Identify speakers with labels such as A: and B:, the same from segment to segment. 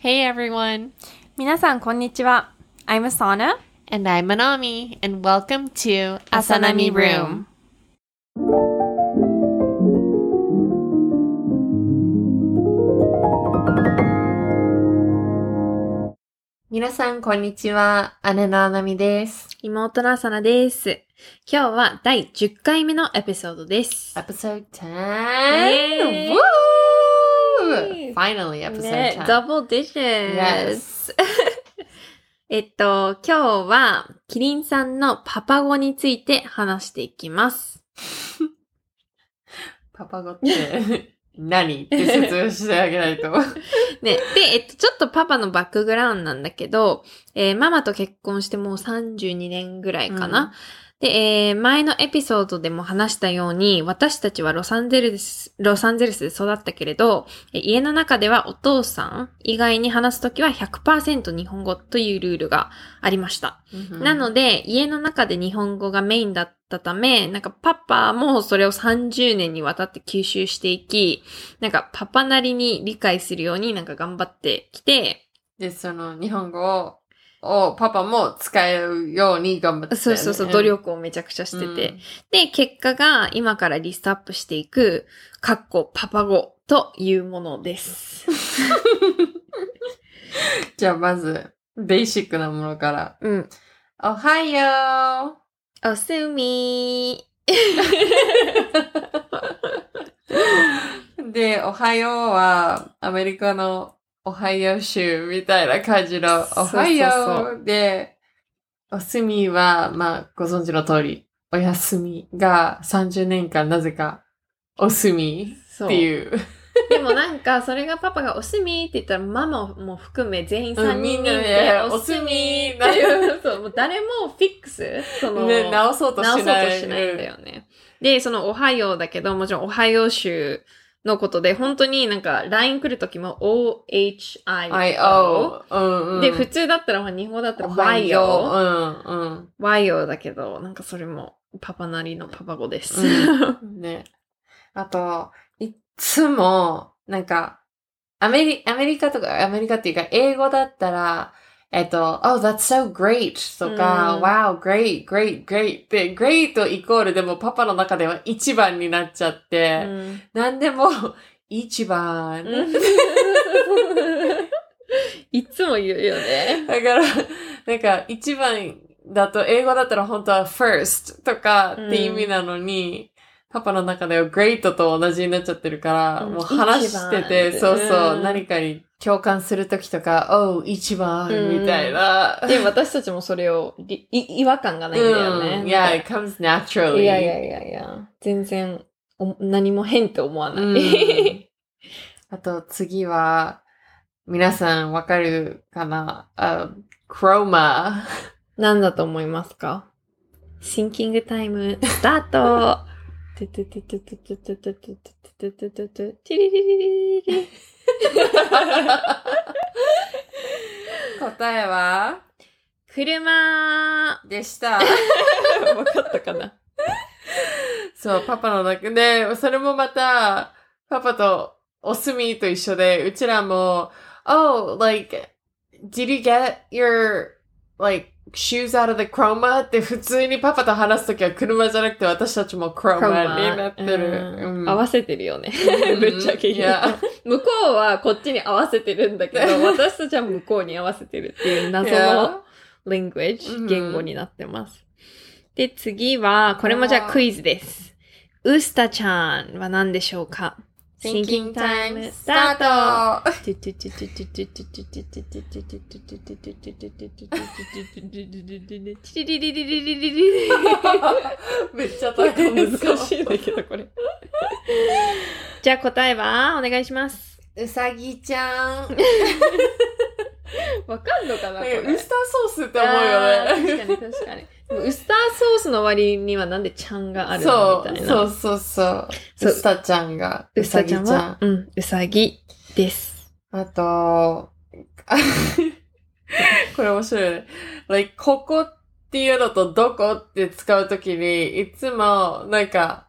A: Hey everyone,
B: 皆さん、こんにちは。I'm Asana.
A: and I'm Manami, and welcome to
B: Asanami Room.
A: 皆さん、こんにちは。姉のあなみです。
B: 妹のあさなです。今日は第10回目のエピソードです。
A: Episode 10!
B: イェーイ
A: Woo! Finally, episode
B: ね
A: 10.
B: ダブルディジェス。えっと、今日は、キリンさんのパパ語について話していきます。
A: パパ語 って何って説明してあげない と。
B: ね、で、えっと、ちょっとパパのバックグラウンドなんだけど、えーママと結婚してもう32年ぐらいかな。で、えー前のエピソードでも話したように、私たちはロサンゼルス、ロサンゼルスで育ったけれど、え家の中ではお父さん以外に話すときは100%日本語というルールがありました。
A: Mm-hmm.
B: なので、家の中で日本語がメインだったため、なんかパパもそれを30年にわたって吸収していき、なんかパパなりに理解するようになんか頑張ってきて、
A: で、その日本語ををパパも使えるように頑張って、
B: そうそうそう、努力をめちゃくちゃしてて、
A: うん
B: で、結果が今からリストアップしていく、かっこパパ語というものです。
A: じゃあまず、ベーシックなものから。
B: うん。
A: おはよ
B: おすみ
A: うで、おはようはアメリカのおはよう州みたいな感じのおは
B: そうそ
A: ようで、おすみは、まあご存知の通り、おやすみが30年間なぜかおすみ
B: そ
A: っていう。
B: でもなんか、それがパパがおすみって言ったら、ママも含め全員
A: うん
B: 3
A: みん
B: 人
A: なで
B: で、
A: お
B: お
A: す
B: す
A: み
B: み
A: っ
B: ってて
A: い
B: いう、 そう、もう誰もフィックス、その、
A: ね、直そうとしな
B: 直そう
A: い。
B: としないんだよね。で、その、おはようだけど、もちろん、おはよう州のことで、本当になんか、LINE 来るときも、
A: うん。
B: OHIO。
A: I-O。うんうん。
B: で、普通だったら、まあ日本だったら、
A: お
B: ワ
A: は
B: イヨ
A: よう。うんうん。
B: ー。ワイヨーだけど、なんかそれも、パパなりのパパ語です。
A: うね。あと、いつも、なんか、アメリ、アメリカとか、アメリカっていうか、英語だったら、えっと、oh, that's so great! とか、
B: うん
A: wow, great, great, great! で、great イコールでもパパの中では一番になっちゃっ
B: う
A: て、
B: ん
A: なんでも、一番。
B: いつも言うよ ね。
A: だから、なんか、一番だと、英語だったら本当は first とかって意味なのに、パパの中では great と同じになっちゃってるから、
B: うん
A: もう話してて、
B: 一
A: そ
B: 番
A: うそう、
B: うん
A: 何かに共感するときとか、oh, 一番
B: うん
A: みたいな。
B: で、私たちもそれをり、い違和感がないんだよね。
A: うん、yeah, it comes naturally.
B: いやいやいやいや、全然お何も変って思わない。
A: うんあと次は、皆さんわかるかなあクロマ。
B: 何だと思いますかシンキングタイム、スタートトゥトゥトゥトゥトゥトゥトゥトゥトゥトゥトゥトゥティリリリリリリ
A: 答えは
B: 車
A: でした。
B: わかったかな
A: そう、パパの中で、それもまた、パパとおすみと一緒で、うちらも、Oh, like, did you get your, like, shoes out of the chroma? って普通にパパと話すときは車じゃなくて私たちも chroma になってる。うん
B: 合わせてるよね
A: う。ん
B: ぶっちゃけ
A: い
B: 言う
A: や
B: と。向こうはこっちに合わせてるんだけど、私たちは向こうに合わせてるっていう謎の
A: う
B: language、
A: ん
B: 言語になってます。で、次は、これもじゃあクイズです。ウスタちゃんは何でしょうか
A: Thinking time
B: スタ ート
A: start! めっちゃ高い
B: 難し いんだけど、これ。じゃあ答えは、お願いします。
A: うさぎちゃん。なんか
B: わかんのかなこれ。
A: ウスターソースって思うよね。
B: あー確かに確 かに。でもウスターソースの割にはなんでちゃんがあるの
A: そ
B: みた
A: う、
B: いな。
A: そうそうそう。
B: そう
A: うさちゃんが、
B: うさぎちゃん
A: うさぎ
B: は、うん、うさぎです。
A: あと、 あこれ面白いね。like, ここっていうのとどこって使うときに、いつも、なんか、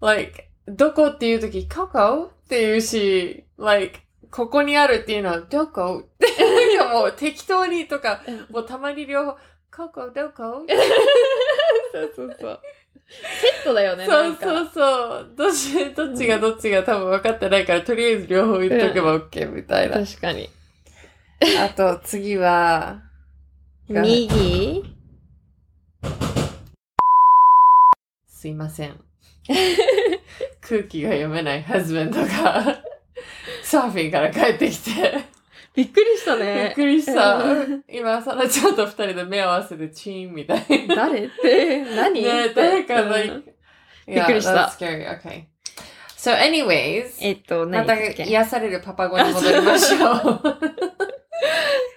A: like, どこっていうとき、ここっていうし、like, ここにあるっていうのはどこってかもう適当にとか、
B: うん
A: もうたまに両方、ここどこ
B: そうそうそう。セットだよね、
A: そ
B: な
A: うん
B: か。
A: そうそう。どっち、どっちがどっちが多分分かってないから、とりあえず両方言っとけば OK みたいな。
B: 確かに。
A: あと次は、が
B: 右
A: すいません。空気が読めないハズベンドが、サーフィンから帰ってきて、
B: びっくりした
A: びっ
B: ね。
A: くりした
B: うん。
A: 今、さらちゃんと二人で目合わせてチーンみたいな。
B: 誰って何
A: ね誰かの、
B: うん
A: Yeah,
B: びっくりした。
A: that's scary. Okay. So anyways,
B: えっと、
A: ま
B: 何だ
A: た
B: っけ
A: 癒されるパパ語に戻りまし ょう。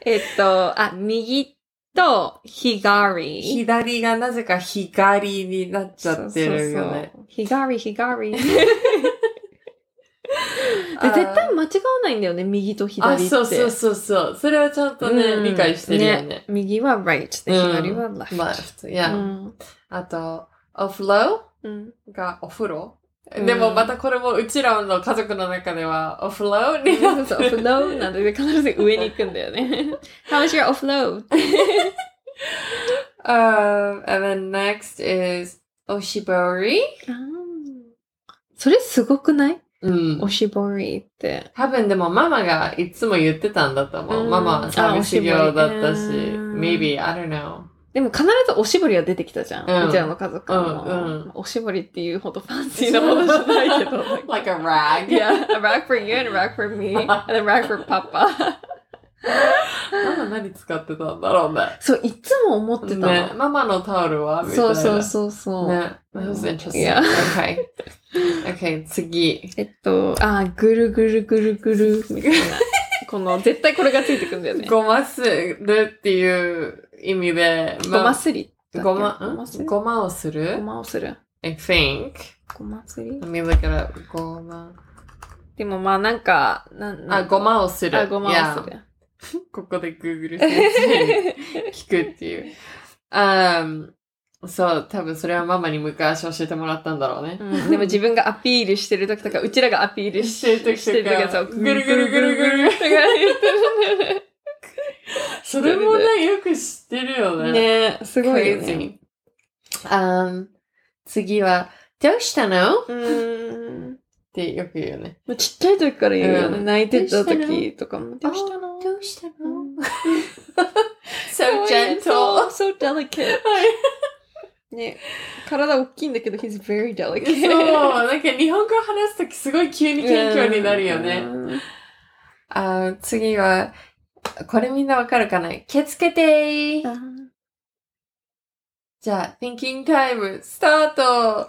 B: えっと、あ、右と左。
A: 左がなぜか左になっちゃってるよね。
B: そうそうそう。左、左。 で、
A: あー
B: 絶対間違わないんだよね、右と左っ
A: あ、
B: て。
A: そうそうそうそう。それはちゃんとね、
B: うん
A: 理解してるよね。
B: 右は right で、
A: うん
B: 左は left。
A: left,
B: う
A: yeah.
B: ん
A: あと、お風呂
B: うん
A: がお風呂、
B: うん
A: でもまたこれもうちらの家族の中ではお風呂
B: そう
A: になっ
B: そ
A: て
B: う、オフ
A: る。
B: ローなんで必ず上に行くんだよね。How was your offload?
A: Um, and then next is おしぼり。
B: それすごくない
A: うん
B: お。しぼりって。
A: 多分でもママがいつも言ってたんだと思う。
B: うん
A: ママはサービス業だったし
B: あおしぼり。うん
A: Maybe, I don't know.
B: でも必ずおしぼりは出てきたじゃん。
A: うん
B: うちらの家族も、
A: うんうん
B: おしぼりっていうほどファンシーなものじゃな いけど。
A: like a rag.
B: Yeah, a rag for you and a rag for me, and a rag for papa.
A: ママ何使ってたんだろうね。
B: そう、いつも思ってたの。
A: ね、ママのタオルはみたいな。
B: そうそうそうそう。
A: ね。That was interesting.
B: Yeah.
A: Okay. Okay, 次。
B: えっと、あー、ぐるぐるぐるぐる、みたいな。この、絶対これがついてくんだよね。
A: ごまするっていう意味で、
B: ごますりだっけ。
A: ごま、
B: ご
A: ん
B: ますり
A: ごまをす
B: ご
A: る
B: まをする。
A: ?I think.
B: ごますり
A: Let me look it up. ごま。
B: でもまあなんか、なんなん
A: あ、ごまをする。
B: あ、ごまをす
A: Yeah.
B: る。
A: ここで Google 先生に聞くっていう。Um, そう、多分それはママに昔教えてもらったんだろうね。
B: うんでも自分がアピールしてる時とか、うちらがアピールし
A: してる時とか
B: してる時はそう、
A: ぐるぐるぐるぐる
B: とか言ってるんだよね。
A: それもね、よく知ってるよね。
B: ねすごいよね。
A: Crazy. Um, 次は、どうしたのっ
B: うーん。
A: てよく言うよね。
B: まあちっちゃい時から言うよね。
A: う
B: 泣いてた時とかも。
A: ど
B: ど
A: う
B: う
A: し
B: した
A: うし
B: たの
A: たの
B: うん
A: ?so gentle.
B: So, so delicate. ね。体大きいんだけど、he's very delicate.
A: そう、なんか日本語話すときすごい急に謙虚になるよね。
B: うん
A: あー次は、これみんなわかるかな気つけてーじゃあ、thinking time, スタート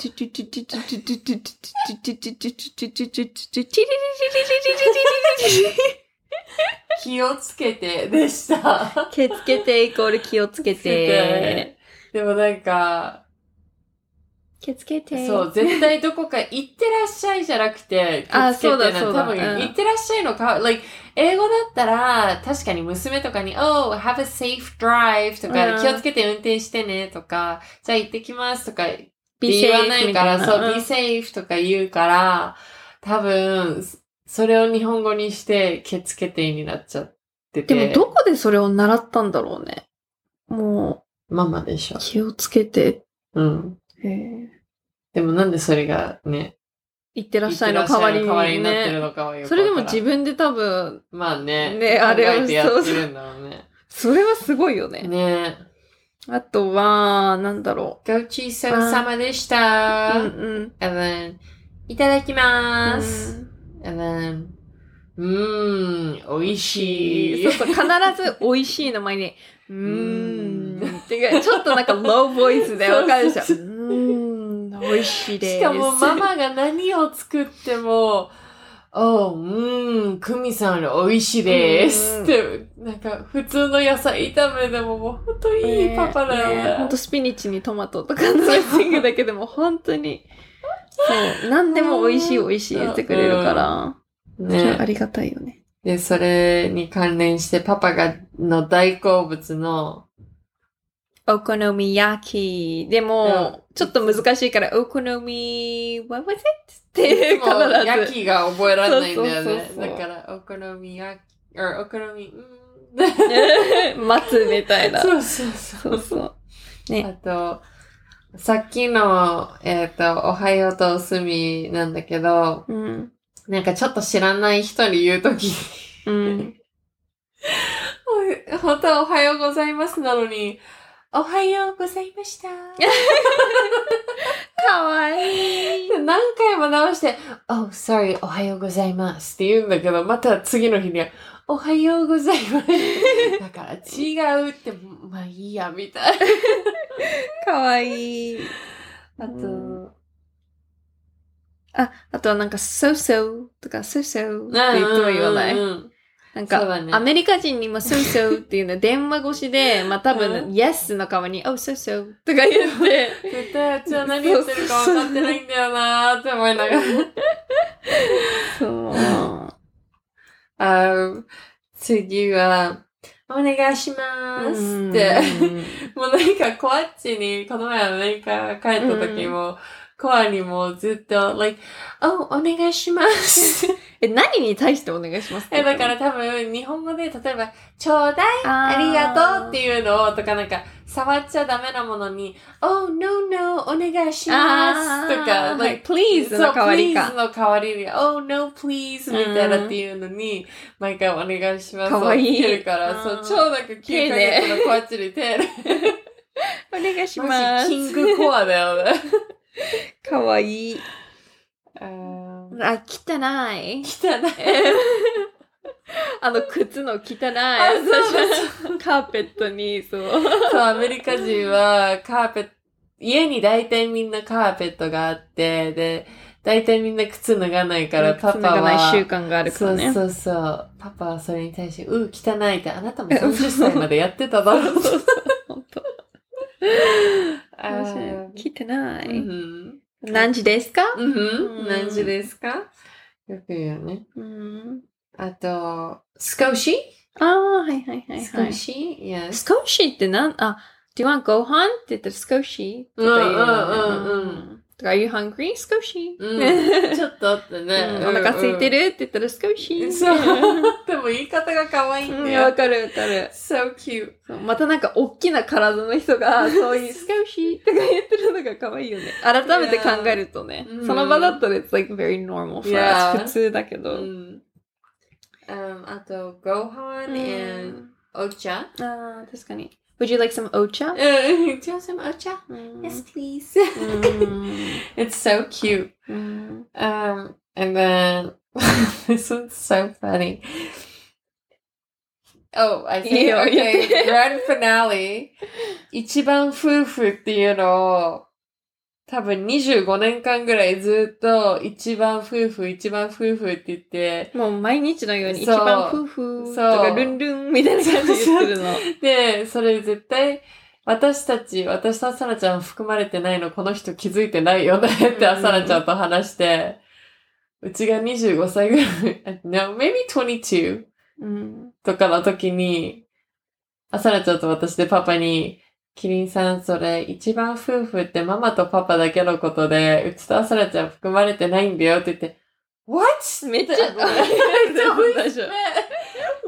A: 気をつけてでした。
B: 気つけてイコール気をつけて。
A: でもなんか、
B: 気つけて。
A: そう、絶対どこか行ってらっしゃいじゃなくて、
B: あ
A: 気をつけてな
B: そ
A: 多
B: うだそうだ
A: 分、
B: うん
A: 行ってらっしゃいのか、like、英語だったら、確かに娘とかに、oh, have a safe drive とか、
B: うん
A: 気をつけて運転してねとか、じゃあ行ってきますとか、
B: Be
A: 言わな
B: safe
A: い
B: み
A: か
B: たい
A: ら、
B: な
A: そう、be safe とか言うから、多分、それを日本語にして、気をつけてになっちゃってて。
B: でも、どこでそれを習ったんだろうね。も
A: ママでしょ
B: う、。気をつけて。
A: うん。でもなんでそれがね、
B: いってらっしゃいの
A: 行
B: 代
A: ってら
B: わ
A: っしゃ
B: り
A: い
B: に、
A: の代わりになってる
B: ね。
A: のかはよくわからん
B: それでも自分で多分、
A: まあね。
B: ねあれを
A: 考えてやってるんだろうね。
B: それはすごいよね。
A: ね
B: あとは、なんだろ
A: ごちそうさまでした。
B: う。うん
A: and then, いただき
B: う
A: ま
B: ん。
A: す。and then, うーん、美味しい。
B: そうそう、必ず美味しいの 前に、う
A: う
B: ーん。っていうちょっとなんかローボイスでわかるでしょ。う
A: そう
B: ーん、美味しいです。
A: しかもママが何を作っても、おう、うーん、クミさんより美味しいです。
B: うん
A: って、なんか普通の野菜炒めでももう本当いいパパだよね
B: 本当スピニッチにトマトとかのドレッシングだけでも本当に、そう、何でも美味しい美味しい言ってくれるから、
A: ね
B: ありがたいよね。
A: で、それに関連して、パパが、の大好物の、
B: お好み焼き。でも、ちょっと難しいから、お好み、what was it? って
A: いつ
B: 必ず。
A: も焼きが覚えられないんだよね。
B: そうそうそうそう
A: だから、お好み焼き、or お好み、うん
B: 待つみたいな。
A: そうそうそ
B: そう
A: う。
B: そう。
A: あと、さっきの、えっ、と、おはようとおすみなんだけど、
B: うん。
A: なんかちょっと知らない人に言うとき、
B: うん。
A: お本当はおはようございますなのに、おはようございました。
B: かわいい。
A: 何回も直して、Oh, sorry, おはようございますって言うんだけど、また次の日には、おはようございます。 だから違うって、まあいいや、みたいな。
B: かわいい。
A: あと、
B: うんあ、あとはなんか、そうそうとか、そうそうって言っても言わない。
A: うんうんうん
B: なん
A: そう
B: か、
A: だね
B: アメリカ人にもそうそうっていうの、電話越しで、まあ多
A: う
B: 分、yes の代わりに、oh, so so とか言って、
A: 絶対あっちは何言ってるか分かってないんだよなーって思いながら。
B: そう。
A: あー次は、お願いしますって。もう何かコアっちに、この前アメリカ帰った時も、コアにもずっと、like, oh, お願いします。
B: え、何に対してお願いします
A: え、だから多分、日本語で、例えば、ちょうだい、
B: あ
A: ありがとうって
B: う。
A: いうのを、とかなんか、触っちゃダメなものに、oh, no, no, お願いします。とか、
B: はい
A: like,
B: please の代わり
A: そう please
B: か。
A: の代わりに、oh, no, please みたいなっていうのに、毎回お願いします。
B: かわいい
A: って言ってるから、そうう、
B: ん
A: 超なんか9ヶ月のコアっちに 手で。
B: お願いし
A: マ
B: ま
A: ジ
B: す。
A: キングコアだよ ね。
B: かわいい。
A: 汚
B: あ、汚い。
A: い。
B: あの、靴の汚い。
A: あそう
B: カーペットに、そう。
A: そう、アメリカ人はカーペット、家に大体みんなカーペットがあって、で、大体みんな靴脱がないから、パパ
B: 靴脱がない
A: は。
B: 習慣があるからね。
A: そうそうそう。パパはそれに対して、うー、汚いって、あなたも30歳までやってただろう。
B: 本当
A: あ
B: 面白
A: ー
B: い。聞いてな
A: う
B: い。
A: ん
B: 何時ですか
A: うん。
B: うん
A: 何時ですかよく言うよね。
B: うん。
A: あと、少し
B: ああ、はいはいはい
A: 少
B: はい。
A: し ?Yes.
B: 少しってなん、あ、do you want go home? って言ったら少しとか言う
A: うんうん
B: よ
A: うん
B: ね
A: う
B: とか、are you hungry? 少し。
A: うん、ちょっとあってね。
B: うんお
A: e.
B: 腹空いてるって言ったら少 し。
A: そう。でも言い方が可愛いん
B: う
A: だ
B: ん
A: よ。
B: わかるわかる。
A: so cute.
B: そうまたなんか大きな体の人 が、そういう、スカウシーとか言ってるのが可愛いよね。改めて考えるとね
A: Yeah. う。ん
B: その場だったら、it's like very normal for
A: Yeah.
B: us. 普通だけ
A: う
B: ど。
A: ん。Um, あと、ご飯 and お茶。
B: あー確かに。Would you like some ocha?
A: うん、do you want some お茶
B: うん
A: ?Yes, please.
B: う
A: It's so cute.
B: ん
A: Um, and then, this one's so funny. Oh, I think,
B: いいよ言っ
A: okay,
B: て
A: grand finale. 一番夫婦っていうのを、多分25年間ぐらいずっと一番夫婦、一番夫婦って言って、
B: もう毎日のように一
A: そう
B: 番夫婦と
A: そ
B: か
A: う
B: ルンルンみたいな感じで言ってるの。
A: で、それ絶対、私たち、私とさらちゃん含まれてないの、この人気づいてないよねって、
B: うん
A: さらちゃんと話して、うちが25歳ぐらい、no, maybe 22
B: うん
A: とかの時に、あさらちゃんと私でパパに、キリンさん、それ、一番夫婦ってママとパパだけのことで、うちとあさらちゃん含まれてないんだよって言って、What?
B: めっち
A: めっ
B: ゃ、
A: ちゃ美
B: 大
A: 味し
B: 丈
A: い。What?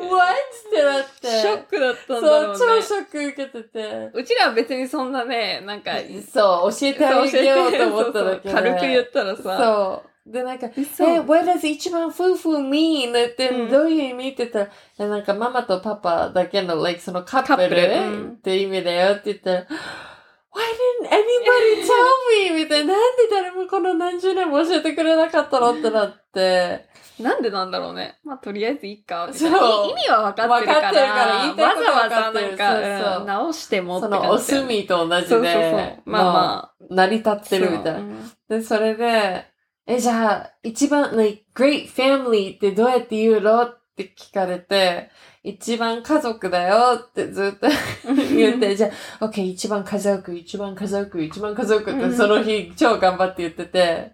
B: 夫
A: ってなって。
B: ショックだったんだろうね。
A: そう、超ショック受けてて。
B: うちらは別にそんなね、なんか、
A: そう、教えてあげようと思っただけで。
B: 軽く言ったらさ。
A: そう。で、なんか、
B: 嘘
A: え、what does 一番夫婦 mean? って、
B: うん
A: どういう意味って言ったらえ、なんかママとパパだけの、like, そのカップル
B: カップルうん
A: って意味だよって言ったら、Why didn't anybody tell me? みたいな、なんで誰もこの何十年も教えてくれなかったのってなって、
B: なんでなんだろうね。まあ、とりあえずいいか。みたいな
A: そう
B: い意味は分かってるから。
A: 分かってるから言いたいことは
B: わざわざなんか
A: 分かってるそうそう
B: うん直してもって
A: そ
B: 感じだ
A: のお
B: よね。
A: 墨と同じで、
B: そうそうそう。まあ
A: も
B: まあ。
A: う成り立ってるみたいな
B: そう。う。ん
A: で、それで、え、じゃあ、一番、like, great family ってどうやって言うのって聞かれて、一番家族だよってずっと 言って、じゃあ、OK、一番家族、一番家族、一番家族っ
B: うん
A: てその日超頑張って言ってて、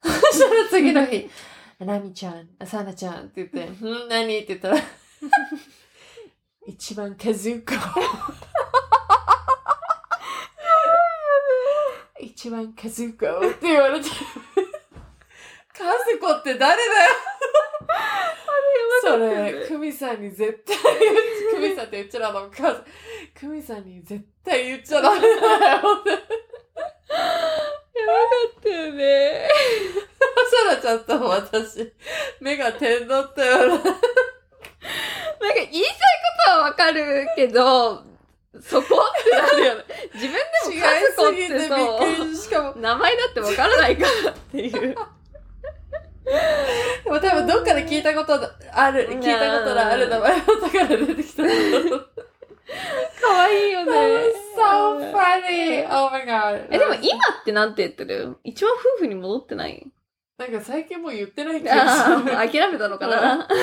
A: そしたら次の日、ナミちゃん、サナちゃんって言って、ん何って言ったら、一番家 族。一番家族って言われて、カズコって誰 だよそれ、クミさんに絶対、クミってうちらのお母さん、クミさんに絶対言っちゃダメだよって。
B: ったよね。
A: おしゃらちゃったもん、私。目が点だったよな。
B: なんか言いたいことはわかるけど、そこってなるよね。自分
A: 違い
B: でもカズコっ
A: すぎて
B: て
A: びっく
B: そ
A: りしかも、
B: う、名前だってわからないからっていう。
A: でも多分どっかで聞いたことある、聞いたことのある名前だから出てきた。
B: 可愛いよ
A: That was so funny! Oh my god.
B: え、でも今ってなんて言ってる一番夫婦に戻ってない
A: なんか最近もう言ってない気がす
B: あ
A: る。
B: ー諦めたのかな
A: 諦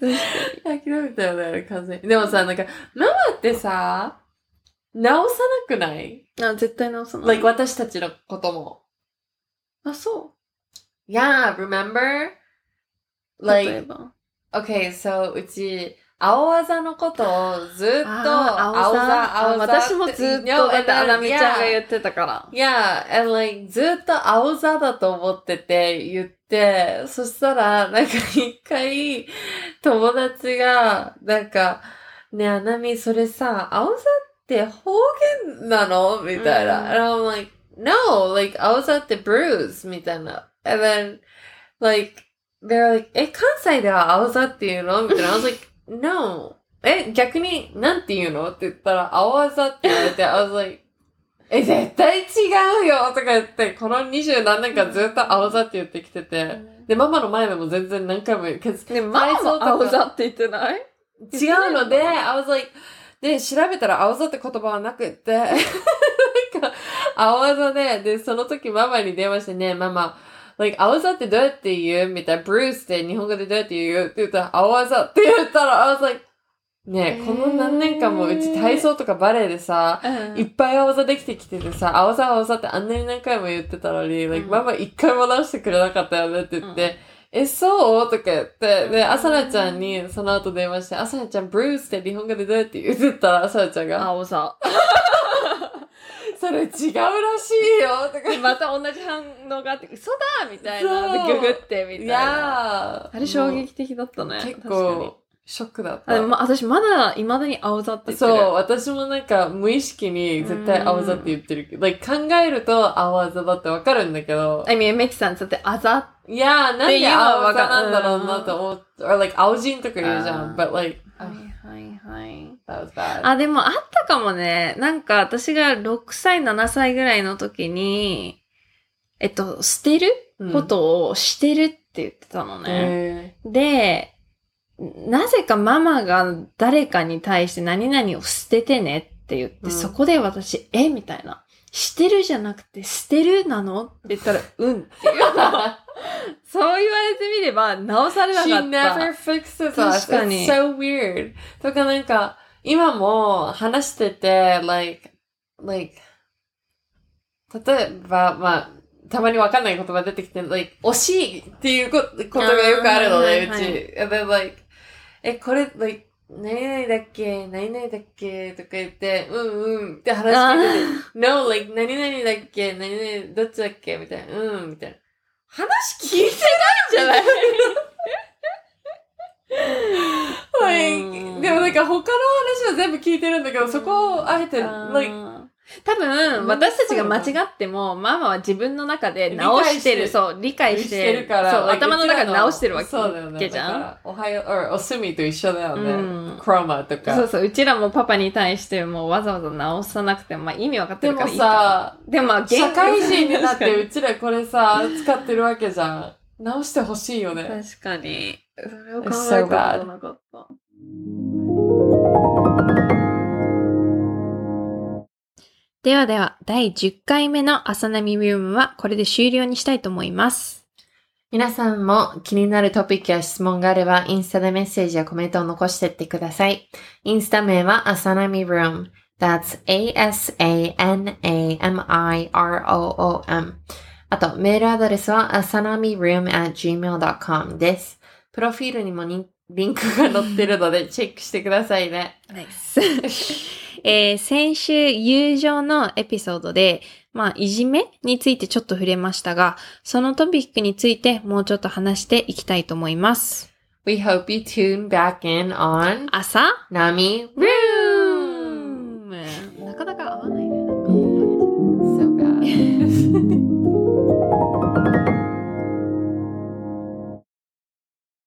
A: め、諦めたよね、完全に。でもさ、なんか、ママってさ、直さなくない
B: あ絶対直さない。
A: ?like 私たちのことも。
B: あ、そ
A: Yeah, remember?
B: う。例え
A: Like,
B: ば。
A: okay, so うち、青あざのことをずっと、
B: あー青ざ、あ私もずっと、だって、あなみちゃんが言ってたから。
A: Yeah, and like ずっと青ざだと思ってて言って、そしたらなんか一回友達がなんか、ねえ、あなみそれさ、青ざって方言なのみたいな。And I'm like, no, like 青ざって bruise みたいな。And then, like, they're like, え、関西では青ざっていうのみたいな。I was like, no. え、逆に、なんて言うのって言ったら、青あざって言われて、I was like, え、絶対違うよとか言って、この二十何年間ずっと青ざって言ってきてて。で、ママの前でも全然何回も言う。'cause
B: ね、ママも青ざって言ってない
A: 違うので、I was like, で、調べたら青ざって言葉はなくって、 なんか、青あざで、で、その時ママに電話してね、ママ、like, 青ざってどうやって言うみたいな、ブルースって日本語でどうやって言うって言ったら、青あざって言ったら、I was like, ねえ、この何年間もうち体操とかバレエでさ、いっぱい青ざできてきててさ、青ざ青ざってあんなに何回も言ってたのに、like,
B: うん
A: ママ一回も直してくれなかったよねって言って、え、そうとか言って、で、あさらちゃんにその後電話して、あさらちゃん、ブルースって日本語でどうやって言ってたら、あさらちゃんが、
B: 青ざ。
A: それ違うらしいよと か。
B: でまた同じ反応があって、嘘だみたい
A: そ
B: な。
A: う
B: で、ググってみたい
A: い
B: な。
A: やー。
B: あれ衝撃的だったね。
A: もう結
B: 確かに
A: 構、ショックだっ
B: あで
A: た。
B: もま私まだ、未だに青ざって言って
A: そ
B: る。
A: う、私もなんか無意識に絶対青ざって言ってるけど、like 考えると青あざだってわかるんだけど、
B: I mean, メキさん、だって、あざっ
A: いやー、なん
B: って
A: で
B: いうのは
A: 青
B: わ
A: あ
B: か
A: ざな
B: る
A: んだろうなと思って、or like 青人とか言うじゃ
B: あ
A: ん、
B: ー
A: but like,
B: て。はいはい。
A: that was bad.
B: あ、でもあったかもね。なんか私が6歳、7歳ぐらいの時に、えっと、捨てる
A: うん
B: ことをしてるって言ってたのね。
A: へ
B: で、なぜかママが誰かに対して何々を捨ててねって言って、
A: うん
B: そこで私、えみたいな。してるじゃなくて捨てるなのって言ったら、うん っていう。
A: ー
B: そう言われてみれば、直されな
A: She
B: かった。
A: never fixes us.
B: 確かに
A: It's so weird. とかなんか、今も話してて、like, like, 例えば、まあ、たまにわかんない言葉出てきて、like, 惜しいっていうこことがよくあるの
B: あ
A: ね、
B: ー
A: う
B: はいはい
A: ち。And then like, え、これ、like, 何々だっけ何々だっけとか言って、うんうんって話
B: あ
A: 聞いてて
B: ー
A: No, like, 何々だっけ何々、どっちだっけみたいな。うん、みたいな。話聞いて
B: じゃ ない。
A: ない。
B: うん
A: でもなんか他の話は全部聞いてるんだけど、そこをあえて、
B: あー
A: like,
B: 多分、
A: なんで
B: 私た
A: そ
B: ち
A: うな
B: が
A: の
B: 間違っても、ママは自分の中で直してる、
A: 理解して
B: そう、理解して
A: してるから。
B: そう、
A: like
B: 頭の中
A: うち
B: で
A: ら
B: 直してるわけ
A: そうだよね。
B: じゃん。
A: だからおはよう、or おすみと一緒だよね。
B: うん
A: クロマと
B: そう
A: か。
B: そう、うちらもパパに対してもうわざわざ直さなくても、まあ意味わかって
A: で
B: るか
A: も
B: らいいか。
A: さ、
B: でもまあ、現
A: 社会人になっ
B: 確
A: て
B: かに
A: うちらこれさ、使ってるわけじゃん。直してほしいよね。
B: 確かに。それを考
A: It's
B: え
A: so
B: たこと
A: bad.
B: なかった。ではでは、第10回目の朝波ビウムはこれで終了にしたいと思います。
A: 皆さんも気になるトピックや質問があれば、インスタでメッセージやコメントを残してってください。インスタ名は、アサナミ room。That's a-s-a-n-a-m-i-r-o-o-m。あと、メールアドレスは、アサナミ room at gmail.com です。プロフィールにもリンリンクが載ってるので、チェックしてくださいね。
B: ナイス。 えー先週、友情のエピソードで、まあ、いじめについてちょっと触れましたが、そのトピックについてもうちょっと話していきたいと思います。
A: We hope you tune back in on
B: 朝
A: Nami Room.
B: なかなか合わないね。
A: うん